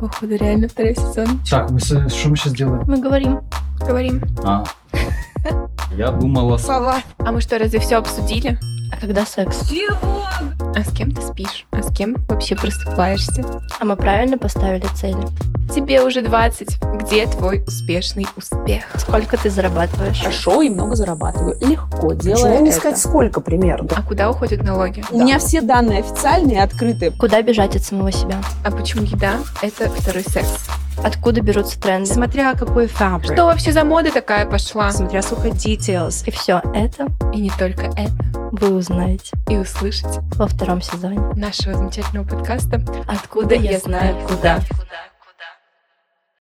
Походу, реально второй сезон. Так, мы с- что мы сейчас делаем? Мы говорим. Говорим. А. Я думала... с- Слова. А мы что, разве все обсудили? А когда секс? Чего? А с кем ты спишь? А с кем вообще просыпаешься? А мы правильно поставили цели? Тебе уже 20. Где твой успешный успех? Сколько ты зарабатываешь? Хорошо и много зарабатываю. Легко делаю. Почему не сказать, сколько примерно? А куда уходят налоги? У меня все данные официальные и открытые. Куда бежать от самого себя? А почему еда – это второй секс? Откуда берутся тренды? Смотря какой фабрик. Что вообще за мода такая пошла? Смотря сколько details. И все это И не только это. вы узнаете И услышать во втором сезоне. нашего замечательного подкаста «Откуда я знаю куда».